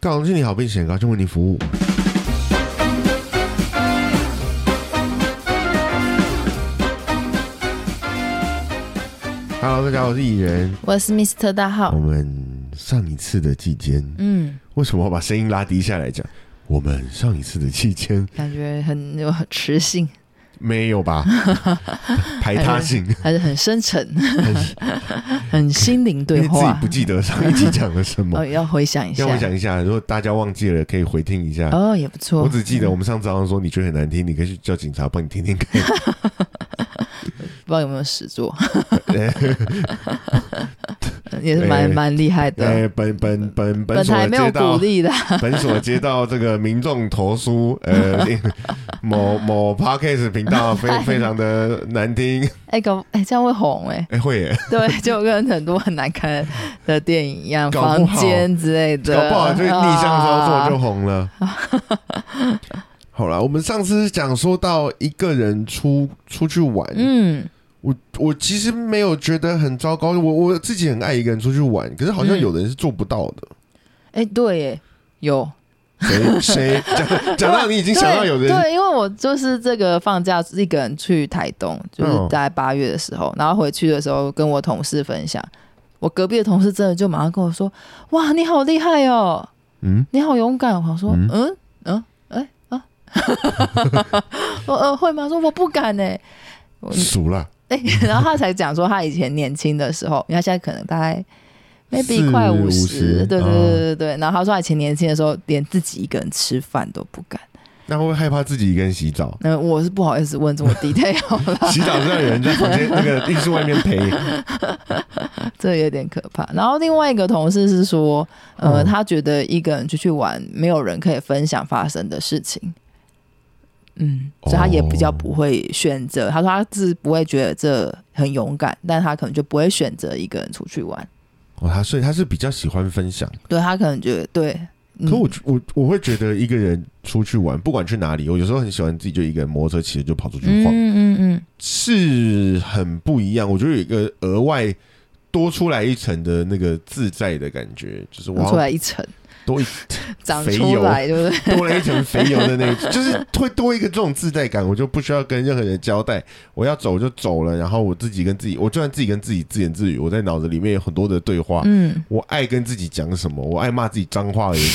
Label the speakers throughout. Speaker 1: 高雄心理好避险，高雄为您服务。Hello，大家好，我是蚁人。
Speaker 2: 我是 Mr 大
Speaker 1: 我
Speaker 2: 号，
Speaker 1: 们上一次的季间，
Speaker 2: 嗯，
Speaker 1: 为什么要把声音拉低下来讲？我们上一次的季间
Speaker 2: 感觉很有很磁性，
Speaker 1: 没有 吧？排他性，
Speaker 2: 还是很深沉，
Speaker 1: 很
Speaker 2: 很心灵
Speaker 1: 因
Speaker 2: 对
Speaker 1: 为自己
Speaker 2: 话
Speaker 1: 不。记得上一集讲了什么
Speaker 2: 哦，。要回想一下
Speaker 1: 要，我讲一下，如果大家忘记了，可以回听一下。
Speaker 2: 哦，也不错。
Speaker 1: 我只记得我们上次好像说你觉得很难听，你可以去叫警察帮你听听 看。
Speaker 2: 不知道有没有实作，
Speaker 1: 哎
Speaker 2: 也是蛮
Speaker 1: 哎
Speaker 2: 蛮厉害的。
Speaker 1: 哎，本本本
Speaker 2: 啊本
Speaker 1: 所
Speaker 2: 台没有
Speaker 1: 接
Speaker 2: 鼓
Speaker 1: 到
Speaker 2: 励的，
Speaker 1: 本所接到这个民众投诉，呃，某某 podcast 频 道非非常的难听。
Speaker 2: 哎，搞哎这样会 红哎，
Speaker 1: 哎，会耶，
Speaker 2: 对，就跟很多很难看的电影一样，
Speaker 1: 搞不
Speaker 2: 房
Speaker 1: 好
Speaker 2: 间之类的，
Speaker 1: 搞不好就逆向操作就
Speaker 2: 啊
Speaker 1: 红 了。好了，我们上次讲说到一个人出出去玩，
Speaker 2: 嗯，
Speaker 1: 我我其实没有觉得很糟糕，我我自己很爱一个人出去玩，可是好像
Speaker 2: 嗯
Speaker 1: 有的人是做不到的。
Speaker 2: 哎，对，哎有
Speaker 1: 谁谁讲讲到你已经想到有的
Speaker 2: 对
Speaker 1: 人，
Speaker 2: 对，因为我就是这个放假一个人去台东，就是
Speaker 1: 嗯
Speaker 2: 在八月的时候，然后回去的时候跟我同事分享，我隔壁的同事真的就马上跟我说：“哇，你好厉害哦，
Speaker 1: 嗯，
Speaker 2: 你好勇敢。”我想说：“
Speaker 1: 嗯
Speaker 2: 嗯嗯，哎、啊， 我呃会吗？”说我不敢呢、我
Speaker 1: 熟了，
Speaker 2: 哎、 然后他才讲说他以前年轻的时候，因为他现在可能大概 maybe 快
Speaker 1: 五十
Speaker 2: 十，对对
Speaker 1: 啊
Speaker 2: 对对对对。然后他说他以前年轻的时候，连自己一个人吃饭都不敢。
Speaker 1: 那会不会害怕自己一个人洗澡？
Speaker 2: 那我是不好意思问这么 detail 了，
Speaker 1: 洗澡让人在房间那个浴室外面陪，
Speaker 2: 这有点可怕。然后另外一个同事是说，呃，
Speaker 1: 嗯
Speaker 2: 他觉得一个人出去玩，没有人可以分享发生的事情。嗯，
Speaker 1: 哦
Speaker 2: 所以他也比较不会选择。他说他是不会觉得这很勇敢，但他可能就不会选择一个人出去玩。
Speaker 1: 哦，他所以他是比较喜欢分享。
Speaker 2: 对他可能觉得对，嗯
Speaker 1: 可我我我会觉得一个人出去玩，不管去哪里，我有时候很喜欢自己就一个人摩托车骑着就跑出去
Speaker 2: 嗯
Speaker 1: 晃，
Speaker 2: 嗯嗯，
Speaker 1: 是很不一样。我觉得有一个额外多出来一层的那个自在的感觉，就是我
Speaker 2: 长
Speaker 1: 好
Speaker 2: 嗯出来
Speaker 1: 像
Speaker 2: 一层，
Speaker 1: 多一
Speaker 2: 长
Speaker 1: 肥
Speaker 2: 出
Speaker 1: 油
Speaker 2: 来，对不对？
Speaker 1: 多了一层肥油的那一，就是会多一个这种自在感，我就不需要跟任何人交代，我要走就走了，然后我自己跟自己，我就算自己跟自己自言自语，我在脑子里面有很多的对话，
Speaker 2: 嗯，
Speaker 1: 我爱跟自己讲什么，我爱骂自己脏话而 已，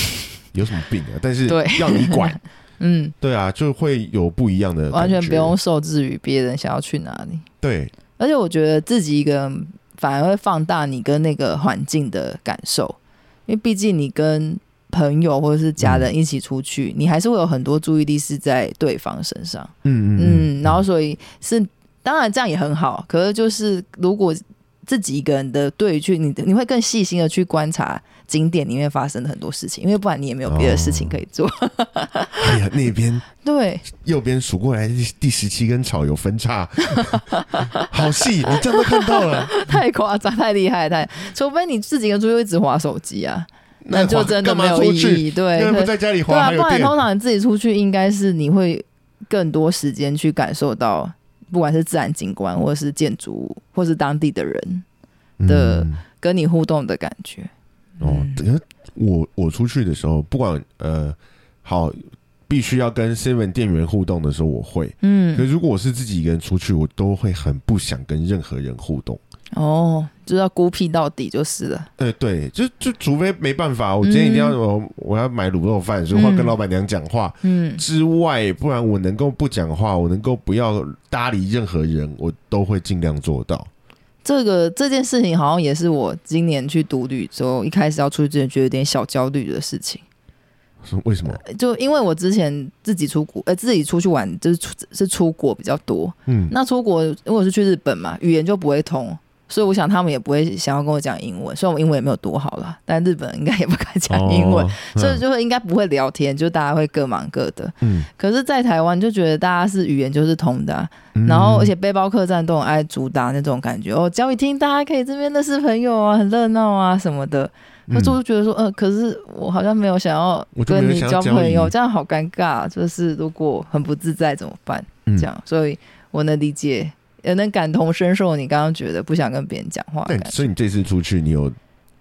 Speaker 1: 有什么病啊？但是
Speaker 2: 对
Speaker 1: 要你 管，
Speaker 2: 嗯，
Speaker 1: 对啊，就会有不一样的感觉，
Speaker 2: 完全不用受制于别人想要去哪里。
Speaker 1: 对，
Speaker 2: 而且我觉得自己一个人反而会放大你跟那个环境的感受，因为毕竟你跟朋友或者是家人一起出去，你还是会有很多注意力是在对方身上。
Speaker 1: 嗯
Speaker 2: 嗯，然后所以是当然这样也很好，可是就是如果自己一个人的对于去你你会更细心的去观察景点里面发生的很多事情，因为不然你也没有别的事情可以做。
Speaker 1: 哎呀，那边
Speaker 2: 对，
Speaker 1: 右边数过来第第十七根草有分 叉，好细，你这样都看到了，
Speaker 2: 太夸张，太厉害，太除非你自己一个人出去一直划手机啊，那就真的
Speaker 1: 干
Speaker 2: 没
Speaker 1: 嘛
Speaker 2: 有
Speaker 1: 出
Speaker 2: 意
Speaker 1: 去？
Speaker 2: 义。对，
Speaker 1: 因为
Speaker 2: 可
Speaker 1: 不在家里
Speaker 2: 对
Speaker 1: 滑
Speaker 2: 啊，
Speaker 1: 还有
Speaker 2: 不然
Speaker 1: 电，
Speaker 2: 通常你自己出去，应该是你会更多时间去感受到，不管是自然景观，或是建筑物，或是当地的人的嗯
Speaker 1: 嗯
Speaker 2: 跟你互动的感觉。
Speaker 1: 哦，可是我我出去的时候，不管呃好，必须要跟 Seven 店员互动的时候，我会。可
Speaker 2: 嗯，
Speaker 1: 是如果我是自己一个人出去，我都会很不想跟任何人互动。
Speaker 2: 哦，就要孤僻到底就是了。
Speaker 1: 呃，对，就就除非没办法，我今天一定要
Speaker 2: 嗯
Speaker 1: 我我要买卤肉饭，所以我要跟
Speaker 2: 嗯
Speaker 1: 老板娘讲话
Speaker 2: 嗯，
Speaker 1: 之外，不然我能够不讲话，我能够不要搭理任何人，我都会尽量做到。
Speaker 2: 这个这件事情好像也是我今年去独旅之后，一开始要出去之前觉得有点小焦虑的事情。
Speaker 1: 说为什么？
Speaker 2: 就因为我之前自己出国，呃，自己出去玩就是出是出国比较多，
Speaker 1: 嗯，
Speaker 2: 那出国，因为我是去日本嘛，语言就不会通，所以我想他们也不会想要跟我讲英文。虽然我英文也没有多好啦，但日本人应该也不敢讲英文，
Speaker 1: 哦，
Speaker 2: 所以就会应该不会聊天，就大家会各忙各的。
Speaker 1: 嗯，
Speaker 2: 可是，在台湾就觉得大家是语言就是通的啊、
Speaker 1: 嗯
Speaker 2: 然后而且背包客栈都很爱主打那种感觉哦，讲你听，大家可以这边认识朋友啊，很热闹啊什么的。
Speaker 1: 嗯
Speaker 2: 可是我就觉得说，呃，可是我好像没有想要
Speaker 1: 我就没有
Speaker 2: 跟你
Speaker 1: 想要
Speaker 2: 交
Speaker 1: 交
Speaker 2: 朋友，
Speaker 1: 你
Speaker 2: 这样好尴尬。就是如果很不自在怎么办？
Speaker 1: 嗯
Speaker 2: 这样，所以我能理解，也能感同身受。你刚刚觉得不想跟别人讲话的
Speaker 1: 嗯但
Speaker 2: 感觉，
Speaker 1: 所以你这次出去，你有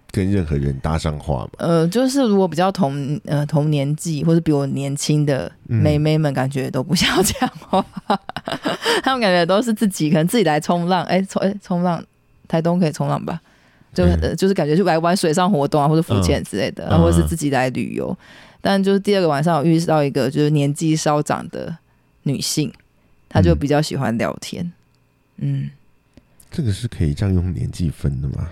Speaker 1: 跟任何人搭上话嘛？
Speaker 2: 呃，就是如果比较同呃同年纪或者比我年轻的
Speaker 1: 嗯
Speaker 2: 妹妹们，感觉都不想讲话， 他们感觉都是自己可能自己来冲浪，哎、冲哎、冲浪，台东可以冲浪吧？就、
Speaker 1: 嗯
Speaker 2: 呃就是感觉就来玩水上活动啊，或者浮潜之类的，
Speaker 1: 嗯
Speaker 2: 或者是自己来旅游。但就是第二个晚上，我遇到一个就是年纪稍长的女性，她就
Speaker 1: 嗯
Speaker 2: 比较喜欢聊天，嗯，
Speaker 1: 这个是可以这样用年纪分的吗？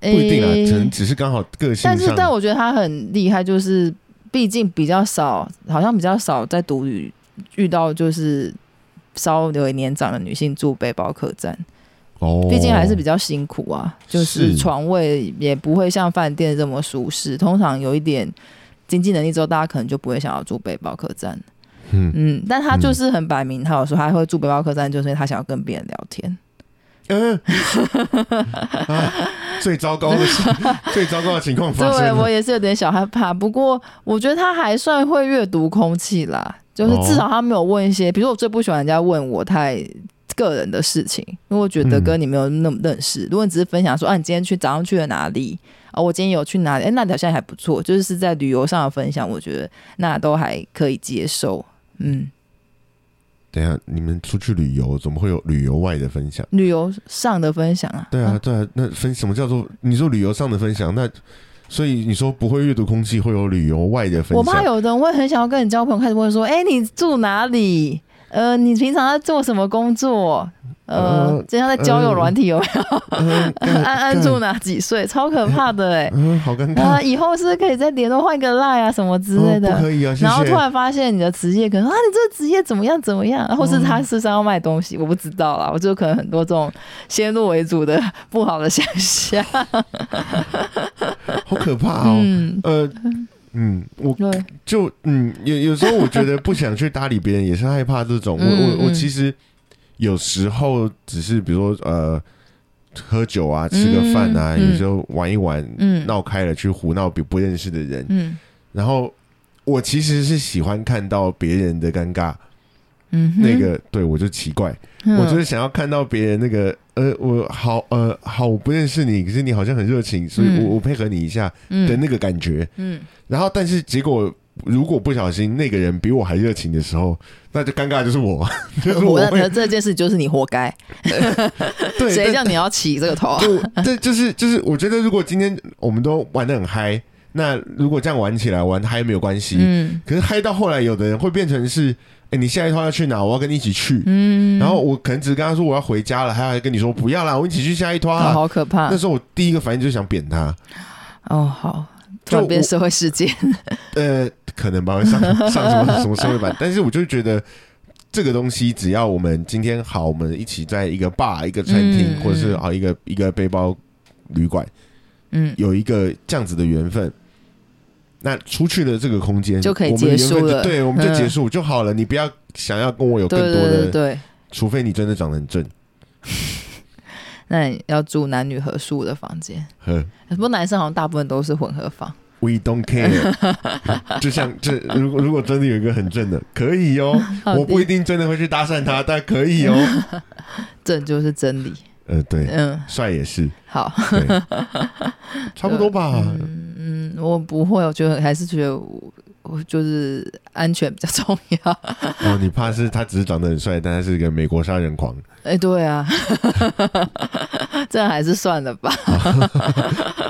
Speaker 2: 不
Speaker 1: 不一定啊，可能只是刚好个性上。
Speaker 2: 但是，但我觉得他很厉害，就是毕竟比较少，好像比较少在独旅遇到就是稍微年长的女性住背包客栈，
Speaker 1: 哦，
Speaker 2: 毕竟还是比较辛苦啊，就是
Speaker 1: 是
Speaker 2: 床位也不会像饭店这么舒适，通常有一点。经济能力之后，大家可能就不会想要住背包客栈。
Speaker 1: 嗯，
Speaker 2: 嗯，但他就是很摆明，他有说他会住背包客栈，就是因为他想要跟别人聊天。
Speaker 1: 嗯、啊最糟糕的 是最糟糕的情况发
Speaker 2: 对
Speaker 1: 生
Speaker 2: 我
Speaker 1: 了。
Speaker 2: 也是有点小害怕，不过我觉得他还算会阅读空气啦，就是
Speaker 1: 哦
Speaker 2: 至少他没有问一些，比如说我最不喜欢人家问我太个人的事情，因为我觉得
Speaker 1: 嗯
Speaker 2: 跟你没有那么认识。如果你只是分享说，啊，你今天去早上去了哪里？啊，我今天有去哪里？哎、那你好像还不错，就是是在旅游上的分享，我觉得那都还可以接受。嗯，
Speaker 1: 等一下，你们出去旅游怎么会有旅游外的分享？
Speaker 2: 旅游上的分享啊，
Speaker 1: 对啊，对啊，那分什么叫做你说旅游上的分享？那所以你说不会阅读空气，会有旅游外的分
Speaker 2: 我怕
Speaker 1: 享？
Speaker 2: 有的人会很想要跟你交朋友，开始问说：“哎、你住哪里？呃，你平常在做什么工作？呃
Speaker 1: 呃，
Speaker 2: 就像在交友软体有没有？
Speaker 1: 嗯，干
Speaker 2: 安安住？哪几岁？超可怕的哎、
Speaker 1: 干嗯，好尴
Speaker 2: 啊，
Speaker 1: 尬，
Speaker 2: 以后是不是可以再联络换个 line 啊什么之类的。
Speaker 1: 哦不可以啊，谢谢。
Speaker 2: 然后突然发现你的职业可能啊，你这个职业怎么样怎么样，
Speaker 1: 嗯
Speaker 2: 或是他是不是要卖东西，我不知道啦。我就可能很多这种先入为主的不好的想 象。
Speaker 1: 好可怕哦。
Speaker 2: 嗯，
Speaker 1: 呃，嗯，我
Speaker 2: 对，
Speaker 1: 就嗯，有有时候我觉得不想去搭理别人，也是害怕这 种。我
Speaker 2: 嗯
Speaker 1: 我我
Speaker 2: 嗯
Speaker 1: 其实有时候只是比如说呃，喝酒啊，吃个饭啊，
Speaker 2: 嗯嗯
Speaker 1: 有时候玩一玩，
Speaker 2: 嗯
Speaker 1: 闹开了去胡闹别不认识的人。
Speaker 2: 嗯
Speaker 1: 然后我其实是喜欢看到别人的尴尬，
Speaker 2: 嗯哼，
Speaker 1: 那个对我就奇怪，
Speaker 2: 嗯，
Speaker 1: 我就是想要看到别人那个呃，我好呃好，我不认识你，可是你好像很热情，所以
Speaker 2: 嗯
Speaker 1: 我我配合你一下的
Speaker 2: 嗯
Speaker 1: 那个感觉。
Speaker 2: 嗯。
Speaker 1: 然后，但是结果如果不小心那个人比我还热情的时候，那就尴尬就是我， 就是我
Speaker 2: 我的
Speaker 1: 会
Speaker 2: 这件事就是你活该，
Speaker 1: 对
Speaker 2: 谁
Speaker 1: 对
Speaker 2: 叫你要起这个头啊？
Speaker 1: 对，这就是就是，我觉得如果今天我们都玩的很嗨，那如果这样玩起来玩嗨没有关系，
Speaker 2: 嗯
Speaker 1: 可是嗨到后来，有的人会变成是，哎、你下一趟要去哪？我要跟你一起去。
Speaker 2: 嗯，
Speaker 1: 然后我可能只是跟他说我要回家了，他还跟你说不要啦，我一起去下一趟、
Speaker 2: 哦
Speaker 1: 啊。
Speaker 2: 好可怕
Speaker 1: 那时候我第一个反应就是想扁他，
Speaker 2: 哦，好
Speaker 1: 就
Speaker 2: 转变
Speaker 1: 我
Speaker 2: 社会 事件，
Speaker 1: 呃，可能吧， 上上什么什么社会版，但是我就觉得这个东西，只要我们今天好，我们一起在一个 bar、一个餐厅，
Speaker 2: 嗯
Speaker 1: 或者是
Speaker 2: 嗯
Speaker 1: 好一个一个背包旅馆，
Speaker 2: 嗯，
Speaker 1: 有一个这样子的缘分。那出去的这个空间
Speaker 2: 就可以
Speaker 1: 我们的缘分
Speaker 2: 结束
Speaker 1: 就
Speaker 2: 了
Speaker 1: 对，我们就
Speaker 2: 嗯
Speaker 1: 结束就好了。你不要想要跟我有更
Speaker 2: 对
Speaker 1: 多
Speaker 2: 对
Speaker 1: 的
Speaker 2: 对对，
Speaker 1: 除非你真的长得很正。
Speaker 2: 那你要住男女合宿的房间，
Speaker 1: 呵
Speaker 2: 不过男生好像大部分都是混合房，
Speaker 1: We don't care，就像这，如果如果真的有一个很正的，可以哦。
Speaker 2: 好
Speaker 1: 我不一定真的会去搭讪他，但可以哦。
Speaker 2: 这就是真理，
Speaker 1: 呃，对，
Speaker 2: 嗯，
Speaker 1: 帅也 是，
Speaker 2: 好，
Speaker 1: 对，差不多吧。
Speaker 2: 嗯，我不会，我觉得还是觉得我我就是安全比较重要，
Speaker 1: 哦，你怕是他只是长得很帅，但他是个美国杀人狂，
Speaker 2: 哎、对啊， 这还是算了 吧，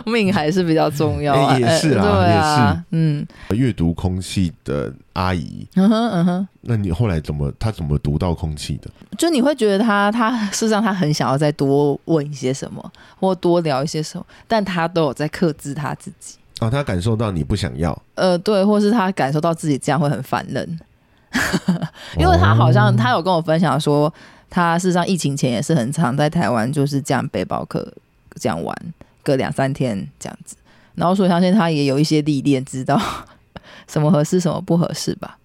Speaker 2: 命还是比较重要啊。
Speaker 1: 哎也是
Speaker 2: 啊，
Speaker 1: 啊
Speaker 2: 对啊，嗯
Speaker 1: 阅读空气的阿姨。
Speaker 2: 嗯哼嗯哼，
Speaker 1: 那你后来怎么，他怎么读到空气的？
Speaker 2: 就你会觉得他他事实上他很想要再多问一些什么，或多聊一些什么，但他都有在克制他自己。
Speaker 1: 哦，他感受到你不想要，
Speaker 2: 呃，对，或是他感受到自己这样会很烦人，哦因为他好像、
Speaker 1: 哦
Speaker 2: 他有跟我分享说，他事实上疫情前也是很常在台湾就是这样背包客这样玩个两三天这样子，然后所以相信他也有一些历练，知道什么合适什么不合适吧，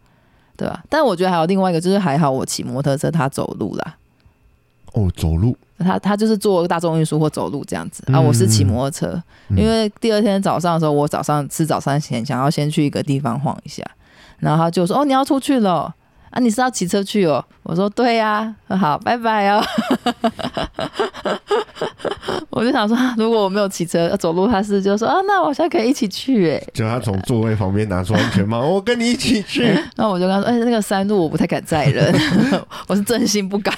Speaker 2: 对吧？但我觉得还有另外一个就是还好我骑摩托车，他走路啦。
Speaker 1: 哦，走路，
Speaker 2: 他他就是坐大众运输或走路这样子啊，我是骑摩托车，
Speaker 1: 嗯
Speaker 2: 因为第二天早上的时候，我早上吃早餐前想要先去一个地方晃一下，然后他就说：“哦，你要出去了哦啊？你是要骑车去哦？”我说：“对呀、啊，好，拜拜哦。” 我就想说，如果我没有骑车要走路，他是就说啊，那我现在可以一起去哎、
Speaker 1: 就他从座位旁边拿出安全帽，我跟你一起去。
Speaker 2: 然后我就跟他说，哎、那个山路我不太敢载人， 我是真心不敢，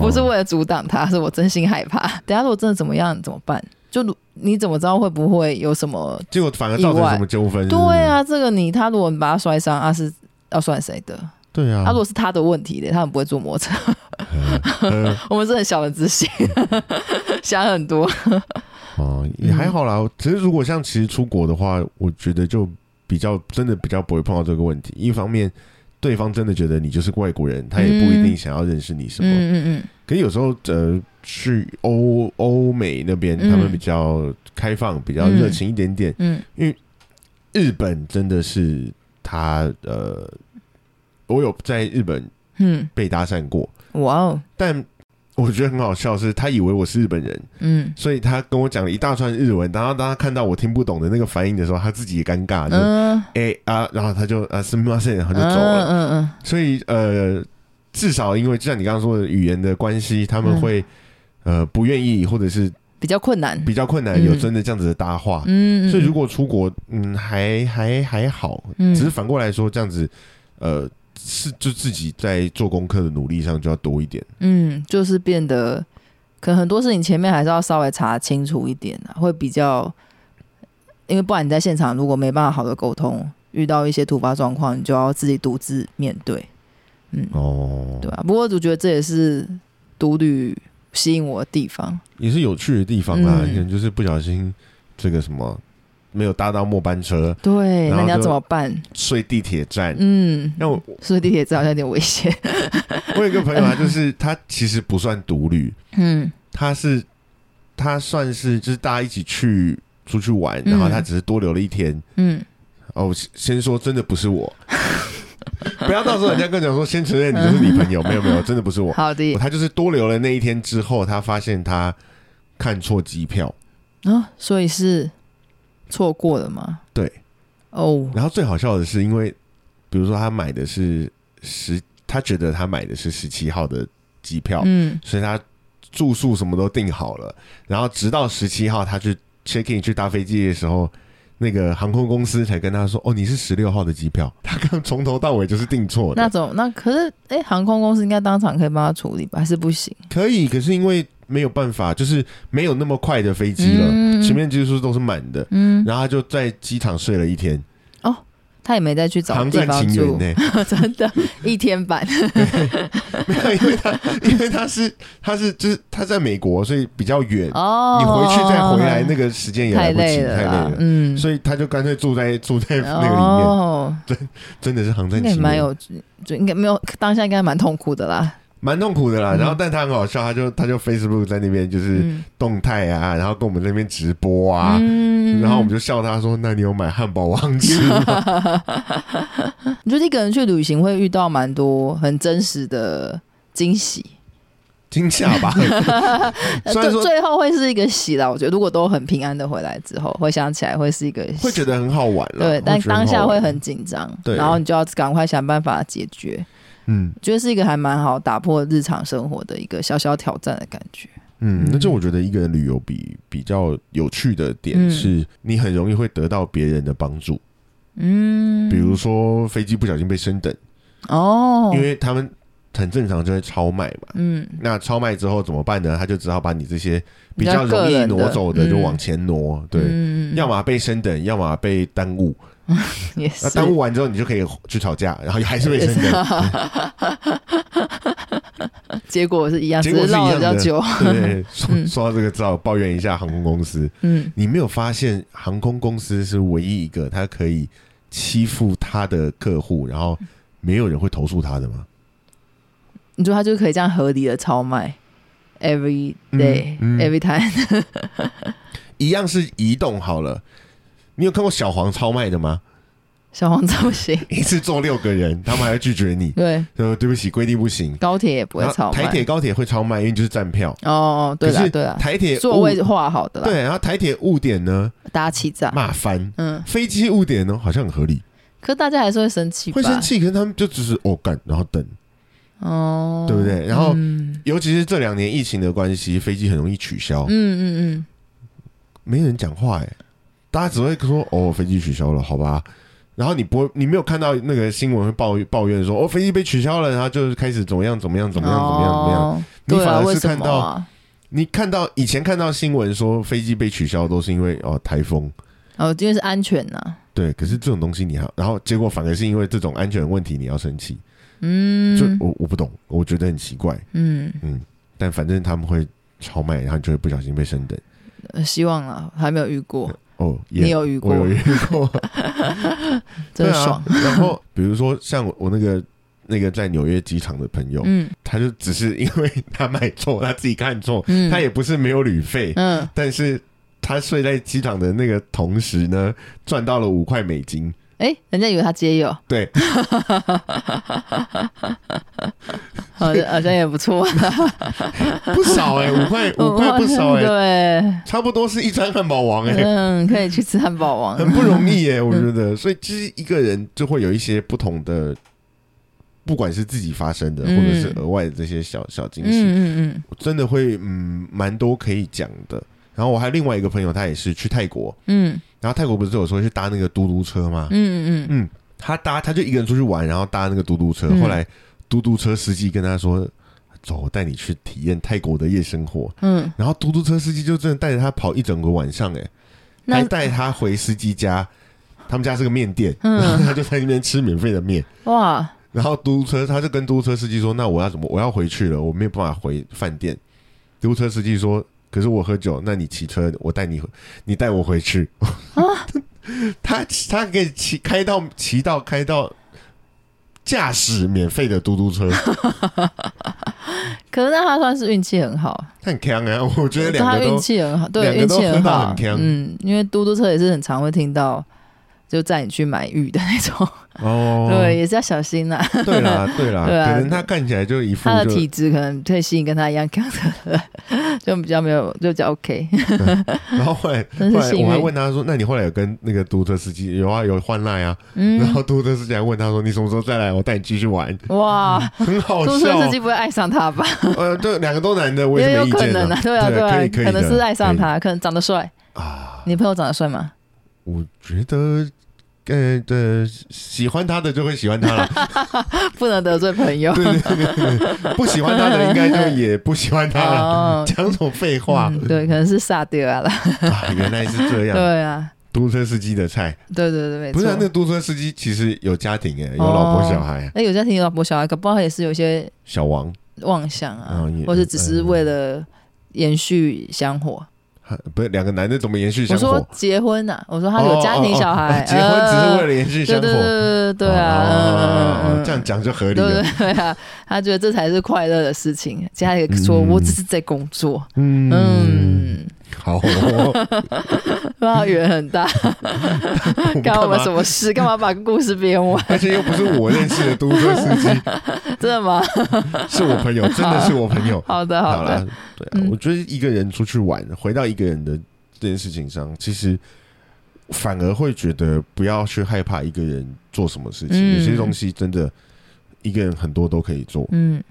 Speaker 2: 不是
Speaker 1: 哦
Speaker 2: 为了阻挡他，是我真心害怕。 等一下如果真的怎么样怎么办？就如你怎么知道会不会有什么？
Speaker 1: 结果反而造
Speaker 2: 意
Speaker 1: 成
Speaker 2: 外
Speaker 1: 什么纠纷？是
Speaker 2: 对
Speaker 1: 不是，
Speaker 2: 啊，这个你他如果把他摔伤啊，是要算谁的？
Speaker 1: 对啊，
Speaker 2: 他、如果是他的问题的，他们不会坐摩托车。
Speaker 1: 呃
Speaker 2: 我们是很小人之心， 想很多。
Speaker 1: 哦，也还好啦。只是如果像其实出国的话，我觉得就比较真的比较不会碰到这个问题。一方面，对方真的觉得你就是外国人，他也不一定想要认识你什么。
Speaker 2: 嗯嗯
Speaker 1: 可是有时候呃，去欧欧美那边，他们
Speaker 2: 嗯
Speaker 1: 比较开放，比较热情一点点。
Speaker 2: 嗯
Speaker 1: 日本真的是他呃，我有在日本
Speaker 2: 嗯
Speaker 1: 被搭讪过，
Speaker 2: 嗯，哇哦，
Speaker 1: 但我觉得很好笑的是，他以为我是日本人，
Speaker 2: 嗯
Speaker 1: 所以他跟我讲了一大串日文，然后当他看到我听不懂的那个反应的时候，他自己也尴尬，就哎、
Speaker 2: 嗯，
Speaker 1: 啊，然后他就啊什么什然后
Speaker 2: 他
Speaker 1: 就走了。
Speaker 2: 嗯嗯
Speaker 1: 所以呃，至少因为就像你刚刚说的语言的关系，他们
Speaker 2: 嗯
Speaker 1: 会、呃不愿意或者是
Speaker 2: 嗯，比较困难。
Speaker 1: 比较困难
Speaker 2: 嗯
Speaker 1: 有真的这样子的搭话。
Speaker 2: 嗯，嗯
Speaker 1: 所以如果出国，嗯，还还还好，
Speaker 2: 嗯
Speaker 1: 只是反过来说这样子，呃，是就自己在做功课的努力上就要多一点。
Speaker 2: 嗯，就是变得可能很多事情前面还是要稍微查清楚一点啊，会比较，因为不然你在现场如果没办法好的沟通，遇到一些突发状况，你就要自己独自面对。嗯，
Speaker 1: 哦，
Speaker 2: 对啊。不过我觉得这也是独旅吸引我的地方。
Speaker 1: 也是有趣的地方啦，
Speaker 2: 嗯
Speaker 1: 可能就是不小心这个什么没有搭到末班车，
Speaker 2: 对，
Speaker 1: 然
Speaker 2: 那
Speaker 1: 后
Speaker 2: 你要
Speaker 1: 就
Speaker 2: 怎么办？
Speaker 1: 睡地铁站。
Speaker 2: 嗯，
Speaker 1: 那我
Speaker 2: 所以地铁这好像有点危 险。
Speaker 1: 我有一个朋友啊，就是他其实不算独旅，
Speaker 2: 嗯
Speaker 1: 他是他算是就是大家一起去出去玩，然后
Speaker 2: 嗯
Speaker 1: 他只是多留了一天。
Speaker 2: 嗯，
Speaker 1: 哦，先先说真的不是我， 不要到时候人家跟我讲说先承认你就是你朋友，没有没有，真的不是我。
Speaker 2: 嗯好的。
Speaker 1: 他就是多留了那一天之后，他发现他看错机票，
Speaker 2: 啊、所以是错过了吗？
Speaker 1: 对，
Speaker 2: 哦，
Speaker 1: 然后最好笑的是，因为比如说他买的是十，他觉得他买的是十七号的机票，
Speaker 2: 嗯
Speaker 1: 所以他住宿什么都订好了。然后直到十七号他去 check in 去搭飞机的时候，那个航空公司才跟他说：“哦，你是十六号的机票。” 他刚从头到尾就是订错
Speaker 2: 那
Speaker 1: 的。
Speaker 2: 种那可是哎、诶航空公司应该当场可以帮他处理吧？还是不行？
Speaker 1: 可以，可是因为没有办法，就是没有那么快的飞机了，
Speaker 2: 嗯嗯嗯
Speaker 1: 前面就是都是满的。
Speaker 2: 嗯，
Speaker 1: 然后他就在机场睡了一天，
Speaker 2: 他也没再去找
Speaker 1: 航
Speaker 2: 地
Speaker 1: 站
Speaker 2: 方
Speaker 1: 情
Speaker 2: 住
Speaker 1: 缘，呢、
Speaker 2: 真的，一天 版。
Speaker 1: 没有，因为他因为他是他是就是他在美国，所以比较远，
Speaker 2: 哦，
Speaker 1: 你回去再回来那个时间也来
Speaker 2: 太
Speaker 1: 不及，
Speaker 2: 累
Speaker 1: 太累
Speaker 2: 啦
Speaker 1: 了，
Speaker 2: 嗯，
Speaker 1: 所以他就干脆住在住在那个里面，
Speaker 2: 哦，
Speaker 1: 真的是航站
Speaker 2: 应该也
Speaker 1: 情
Speaker 2: 蛮
Speaker 1: 缘，
Speaker 2: 有，就应该没有当下应该蛮痛苦的啦。
Speaker 1: 蛮痛苦的啦。
Speaker 2: 嗯
Speaker 1: 然后但他很好笑，他就他就 Facebook 在那边就是
Speaker 2: 嗯
Speaker 1: 动态啊，然后跟我们那边直播啊。
Speaker 2: 嗯
Speaker 1: 然后我们就笑他说：“那你有买汉堡王吃吗
Speaker 2: 你觉得一个人去旅行会遇到蛮多很真实的惊喜，？”
Speaker 1: 惊吓 吧。
Speaker 2: 呃
Speaker 1: 虽然
Speaker 2: 最
Speaker 1: 说
Speaker 2: 最后会是一个喜啦，我觉得如果都很平安的回来之后，回想起来会是一个喜
Speaker 1: 会觉得很好玩啦
Speaker 2: 对，但
Speaker 1: 觉得
Speaker 2: 当
Speaker 1: 好
Speaker 2: 下
Speaker 1: 玩
Speaker 2: 会很紧张，
Speaker 1: 对
Speaker 2: 然后你就要赶快想办法解决。
Speaker 1: 嗯
Speaker 2: 我觉得是一个还蛮好打破日常生活的一个小小挑战的感觉。
Speaker 1: 嗯，那
Speaker 2: 嗯
Speaker 1: 就我觉得一个人旅游比比较有趣的点
Speaker 2: 嗯
Speaker 1: 是，你很容易会得到别人的帮助，
Speaker 2: 嗯，
Speaker 1: 比如说飞机不小心被升等，
Speaker 2: 哦，
Speaker 1: 因为他们很正常就会超卖嘛。
Speaker 2: 嗯
Speaker 1: 那超卖之后怎么办呢？他就只好把你这些比较
Speaker 2: 比较
Speaker 1: 容
Speaker 2: 个
Speaker 1: 易
Speaker 2: 人的
Speaker 1: 挪走的就
Speaker 2: 嗯
Speaker 1: 往前挪，对，
Speaker 2: 嗯
Speaker 1: 要么被升等，要么被耽误。
Speaker 2: 也
Speaker 1: 那
Speaker 2: 是
Speaker 1: 耽误完之后，你就可以去吵架，然后还是被
Speaker 2: 也
Speaker 1: 升
Speaker 2: 是啊
Speaker 1: 等，
Speaker 2: 结果是一样，
Speaker 1: 结
Speaker 2: 只
Speaker 1: 果
Speaker 2: 是
Speaker 1: 是一
Speaker 2: 绕
Speaker 1: 样的
Speaker 2: 了比较 久。
Speaker 1: 对对 对。说
Speaker 2: 嗯
Speaker 1: 说到这个，只好抱怨一下航空公司。
Speaker 2: 嗯，
Speaker 1: 你没有发现航空公司是唯一一个他可以欺负他的客户，然后没有人会投诉他的吗
Speaker 2: 你说他就可以这样合理的超卖，every day、
Speaker 1: 嗯嗯
Speaker 2: every time，
Speaker 1: 一样是移动好了，你有看过小黄超卖的吗？
Speaker 2: 小黄造型，，
Speaker 1: 一次坐六个人，他们还会拒绝你
Speaker 2: 对，
Speaker 1: 呃，对不起，规定不行。
Speaker 2: 高铁也不会
Speaker 1: 然后
Speaker 2: 超卖。
Speaker 1: 台铁、高铁会超卖，因为就是站票。
Speaker 2: 哦哦，对
Speaker 1: 可
Speaker 2: 啦
Speaker 1: 是
Speaker 2: 对啦，
Speaker 1: 台铁哦
Speaker 2: 座位
Speaker 1: 误
Speaker 2: 画好的啦，
Speaker 1: 对，然后台铁误点呢，
Speaker 2: 大家起炸。
Speaker 1: 骂翻。
Speaker 2: 嗯，
Speaker 1: 飞机误点呢，好像很合理，
Speaker 2: 可是大家还是会生气吧？
Speaker 1: 会生气，可是他们就只是哦干，然后等，
Speaker 2: 哦，
Speaker 1: 对不对然后
Speaker 2: 嗯
Speaker 1: 尤其是这两年疫情的关系，飞机很容易取消，
Speaker 2: 嗯嗯
Speaker 1: 没人讲话哎、大家只会说哦，飞机取消了，好吧。然后你不会，你没有看到那个新闻会抱抱怨说哦，飞机被取消了，然后就是开始怎么样怎么样
Speaker 2: 嗯，
Speaker 1: 怎么样怎么样怎么样。
Speaker 2: 哦
Speaker 1: 你
Speaker 2: 对
Speaker 1: 反
Speaker 2: 啊，
Speaker 1: 而
Speaker 2: 为
Speaker 1: 是
Speaker 2: 什
Speaker 1: 看
Speaker 2: 么
Speaker 1: 到
Speaker 2: 啊？
Speaker 1: 你看到以前看到新闻说飞机被取消，都是因为哦台风，
Speaker 2: 哦，因为是安全呐、
Speaker 1: 对。可是这种东西你还，然后结果反而是因为这种安全问题你要生气，就
Speaker 2: 嗯
Speaker 1: 我我不懂，我觉得很奇怪。
Speaker 2: 嗯，
Speaker 1: 但反正他们会超卖，然后你就会不小心被升等。
Speaker 2: 呃希望啊，还没有遇过，
Speaker 1: 哦，也
Speaker 2: 你有遇过
Speaker 1: 我，有遇过，
Speaker 2: 真
Speaker 1: 对
Speaker 2: 爽。
Speaker 1: 啊。然后比如说像我我那个那个在纽约机场的朋友，
Speaker 2: 嗯
Speaker 1: 他就只是因为他买错，他自己看错，
Speaker 2: 嗯，
Speaker 1: 他也不是没有旅费，
Speaker 2: 嗯，
Speaker 1: 但是他睡在机场的那个同时呢，赚到了五块美金。
Speaker 2: 哎、人家以为他街友，
Speaker 1: 对，
Speaker 2: 好像好像也不错，啊
Speaker 1: 不少 哎、五块五块不少哎、
Speaker 2: 对，
Speaker 1: 差不多是一餐汉堡王 哎、
Speaker 2: 嗯，可以去吃汉堡王，
Speaker 1: 很不容易耶、我觉得。所以其实一个人就会有一些不同的，不管是自己发生的，或
Speaker 2: 嗯
Speaker 1: 者是额外的这些小小惊
Speaker 2: 嗯
Speaker 1: 喜，
Speaker 2: 嗯嗯
Speaker 1: 我真的会嗯蛮多可以讲的。然后我还有另外一个朋友，他也是去泰国，
Speaker 2: 嗯
Speaker 1: 然后泰国不是有时候去搭那个嘟嘟车吗？
Speaker 2: 嗯嗯嗯，
Speaker 1: 嗯，他搭他就一个人出去玩，然后搭那个嘟嘟车，
Speaker 2: 嗯
Speaker 1: 后来嘟嘟车司机跟他说。走，我带你去体验泰国的夜生活。
Speaker 2: 嗯，
Speaker 1: 然后嘟嘟车司机就真的带着他跑一整个晚上、欸，还
Speaker 2: 那
Speaker 1: 带他回司机家，他们家是个面店，
Speaker 2: 嗯
Speaker 1: 然后 他就在那边吃免费的面。
Speaker 2: 哇，
Speaker 1: 然后嘟嘟车，他就跟嘟嘟车司机说：“那我要怎么？我要回去了，我没有办法回饭店。”嘟嘟车司机说：“可是我喝酒，那你骑车，我带你，你带我回去。
Speaker 2: 啊
Speaker 1: 他他可以骑开到骑到开到驾驶免费的嘟嘟车，
Speaker 2: 可是那他算是运气很好，
Speaker 1: 他很强啊！我觉得两
Speaker 2: 他
Speaker 1: 个
Speaker 2: 运
Speaker 1: 都
Speaker 2: 气很好，对，
Speaker 1: 两个
Speaker 2: 运
Speaker 1: 都
Speaker 2: 气
Speaker 1: 喝到
Speaker 2: 好
Speaker 1: 很强，
Speaker 2: 嗯，因为嘟嘟车也是很常会听到。就载你去买玉的那种，
Speaker 1: 哦，
Speaker 2: 对，也是要小心啦。
Speaker 1: 对啦对啦，
Speaker 2: 对啊
Speaker 1: 可能他看起来就一副
Speaker 2: 他的
Speaker 1: 就
Speaker 2: 体质可能可以吸引跟他一样强的，就比较没有，就比较 OK。
Speaker 1: 然后后来，
Speaker 2: 真是
Speaker 1: 后来
Speaker 2: 幸运
Speaker 1: 我还问他说：“那你后来有跟那个嘟车司机有啊有换赖啊？”然
Speaker 2: 嗯，
Speaker 1: 后嘟车司机还问他说：“你什么时候再来？我带你继续玩。
Speaker 2: 哇，”
Speaker 1: 很好
Speaker 2: 嘟车司
Speaker 1: 笑
Speaker 2: 机。不会爱上他吧？
Speaker 1: 呃，对，两个都男的，我也
Speaker 2: 也
Speaker 1: 是
Speaker 2: 有
Speaker 1: 没意
Speaker 2: 可
Speaker 1: 见
Speaker 2: 能啊，对啊，
Speaker 1: 对
Speaker 2: 对啊
Speaker 1: 可以可，以
Speaker 2: 可能
Speaker 1: 的
Speaker 2: 是爱上他，可能长得帅。
Speaker 1: 啊。
Speaker 2: 你朋友长得帅吗？
Speaker 1: 我觉得，呃，的喜欢他的就会喜欢他了，
Speaker 2: 不能得罪朋 友。
Speaker 1: 对对对对对，不喜欢他的应该就也不喜欢他了。
Speaker 2: 哦，
Speaker 1: 讲什么废话
Speaker 2: 嗯对，可能是萨迪尔啦。
Speaker 1: 啊？原来是这样，
Speaker 2: 对啊，
Speaker 1: 嘟车司机的菜
Speaker 2: 对对对，没
Speaker 1: 不
Speaker 2: 错
Speaker 1: 是啊。那个嘟车司机其实有家庭诶，有老婆
Speaker 2: 哦
Speaker 1: 小孩，
Speaker 2: 哎，有家庭有老婆小孩，搞不好也是有一些
Speaker 1: 小王
Speaker 2: 妄想啊
Speaker 1: 哦也，
Speaker 2: 或者只是为了延续香火。
Speaker 1: 啊不是两个男的怎么延续
Speaker 2: 我
Speaker 1: 香火
Speaker 2: 说？结婚呐，我说他有家庭小
Speaker 1: 哦哦
Speaker 2: 孩
Speaker 1: 哦，结婚只是为了延续
Speaker 2: 对
Speaker 1: 香
Speaker 2: 对
Speaker 1: 火。
Speaker 2: 对对对啊，
Speaker 1: 哦
Speaker 2: 嗯嗯嗯嗯
Speaker 1: 这样讲就合理
Speaker 2: 对
Speaker 1: 了。
Speaker 2: 对对啊，他觉得这才是快乐的事情。其他也说，
Speaker 1: 嗯
Speaker 2: 我只是在工作，
Speaker 1: 嗯，
Speaker 2: 嗯，
Speaker 1: 好 哦，
Speaker 2: 哇，缘很大，干我们什
Speaker 1: 么？
Speaker 2: 么事？干嘛把故事编完？
Speaker 1: 而且又不是我认识的嘟车司机，
Speaker 2: 真的吗？
Speaker 1: 是我朋友，真的是我朋友。
Speaker 2: 好的，
Speaker 1: 好啦
Speaker 2: 的，，
Speaker 1: 对啊，
Speaker 2: 嗯
Speaker 1: 我觉得一个人出去玩，回到一个人的这件事情上，其实反而会觉得不要去害怕一个人做什么事情，
Speaker 2: 嗯
Speaker 1: 有些东西真的一个人很多都可以做。
Speaker 2: 嗯，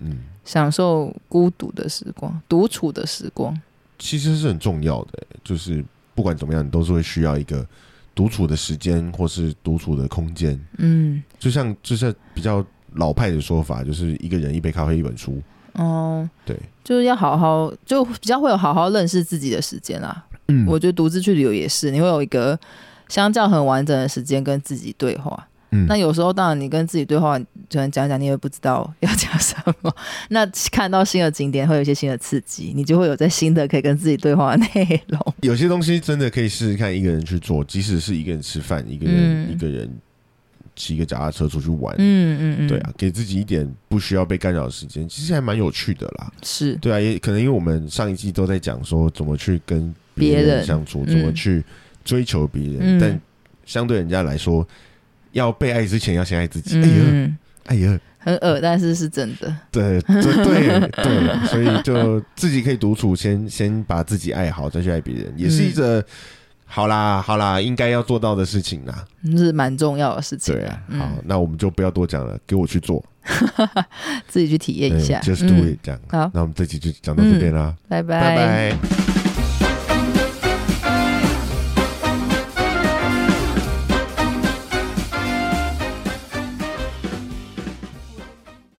Speaker 1: 嗯，
Speaker 2: 享受孤独的时光，独处的时光，
Speaker 1: 其实是很重要的、就是不管怎么样，你都是会需要一个独处的时间或是独处的空间。
Speaker 2: 嗯，
Speaker 1: 就像就是比较老派的说法，就是一个人一杯咖啡一本书。
Speaker 2: 哦，
Speaker 1: 对，
Speaker 2: 就是要好好，就比较会有好好认识自己的时间啦。
Speaker 1: 嗯
Speaker 2: 我觉得独自去旅游也是，你会有一个相较很完整的时间跟自己对话。
Speaker 1: 嗯
Speaker 2: 那有时候当然你跟自己对话，可能讲讲，你也不知道要讲什么。 那看到新的景点，会有一些新的刺激，你就会有在新的可以跟自己对话的内 容。
Speaker 1: 有些东西真的可以试试看一个人去做，即使是一个人吃饭，一个人、
Speaker 2: 嗯
Speaker 1: 一个人骑个脚踏车出去玩。
Speaker 2: 嗯嗯嗯，
Speaker 1: 对啊，给自己一点不需要被干扰的时间，其实还蛮有趣的啦。
Speaker 2: 是，
Speaker 1: 对啊，也可能因为我们上一季都在讲说怎么去跟
Speaker 2: 别
Speaker 1: 人
Speaker 2: 人
Speaker 1: 相处，
Speaker 2: 嗯
Speaker 1: 怎么去追求别人，
Speaker 2: 嗯
Speaker 1: 但相对人家来说，要被爱之前要先爱自己。
Speaker 2: 嗯，
Speaker 1: 哎呀，哎呀，
Speaker 2: 很恶，但是是真的。
Speaker 1: 对，这对对了，所以就自己可以独处，先先把自己爱好，再去爱别人，也是一个、好啦好啦，应该要做到的事情啦。
Speaker 2: 是蛮重要的事情。
Speaker 1: 对啊，
Speaker 2: 嗯
Speaker 1: 好，那我们就不要多讲了，给我去做。嗯
Speaker 2: 自己去体验一下。
Speaker 1: ，just
Speaker 2: 嗯
Speaker 1: do it 这样。
Speaker 2: 好
Speaker 1: 那我们这期就讲到这边啦，
Speaker 2: 嗯拜
Speaker 1: 拜拜。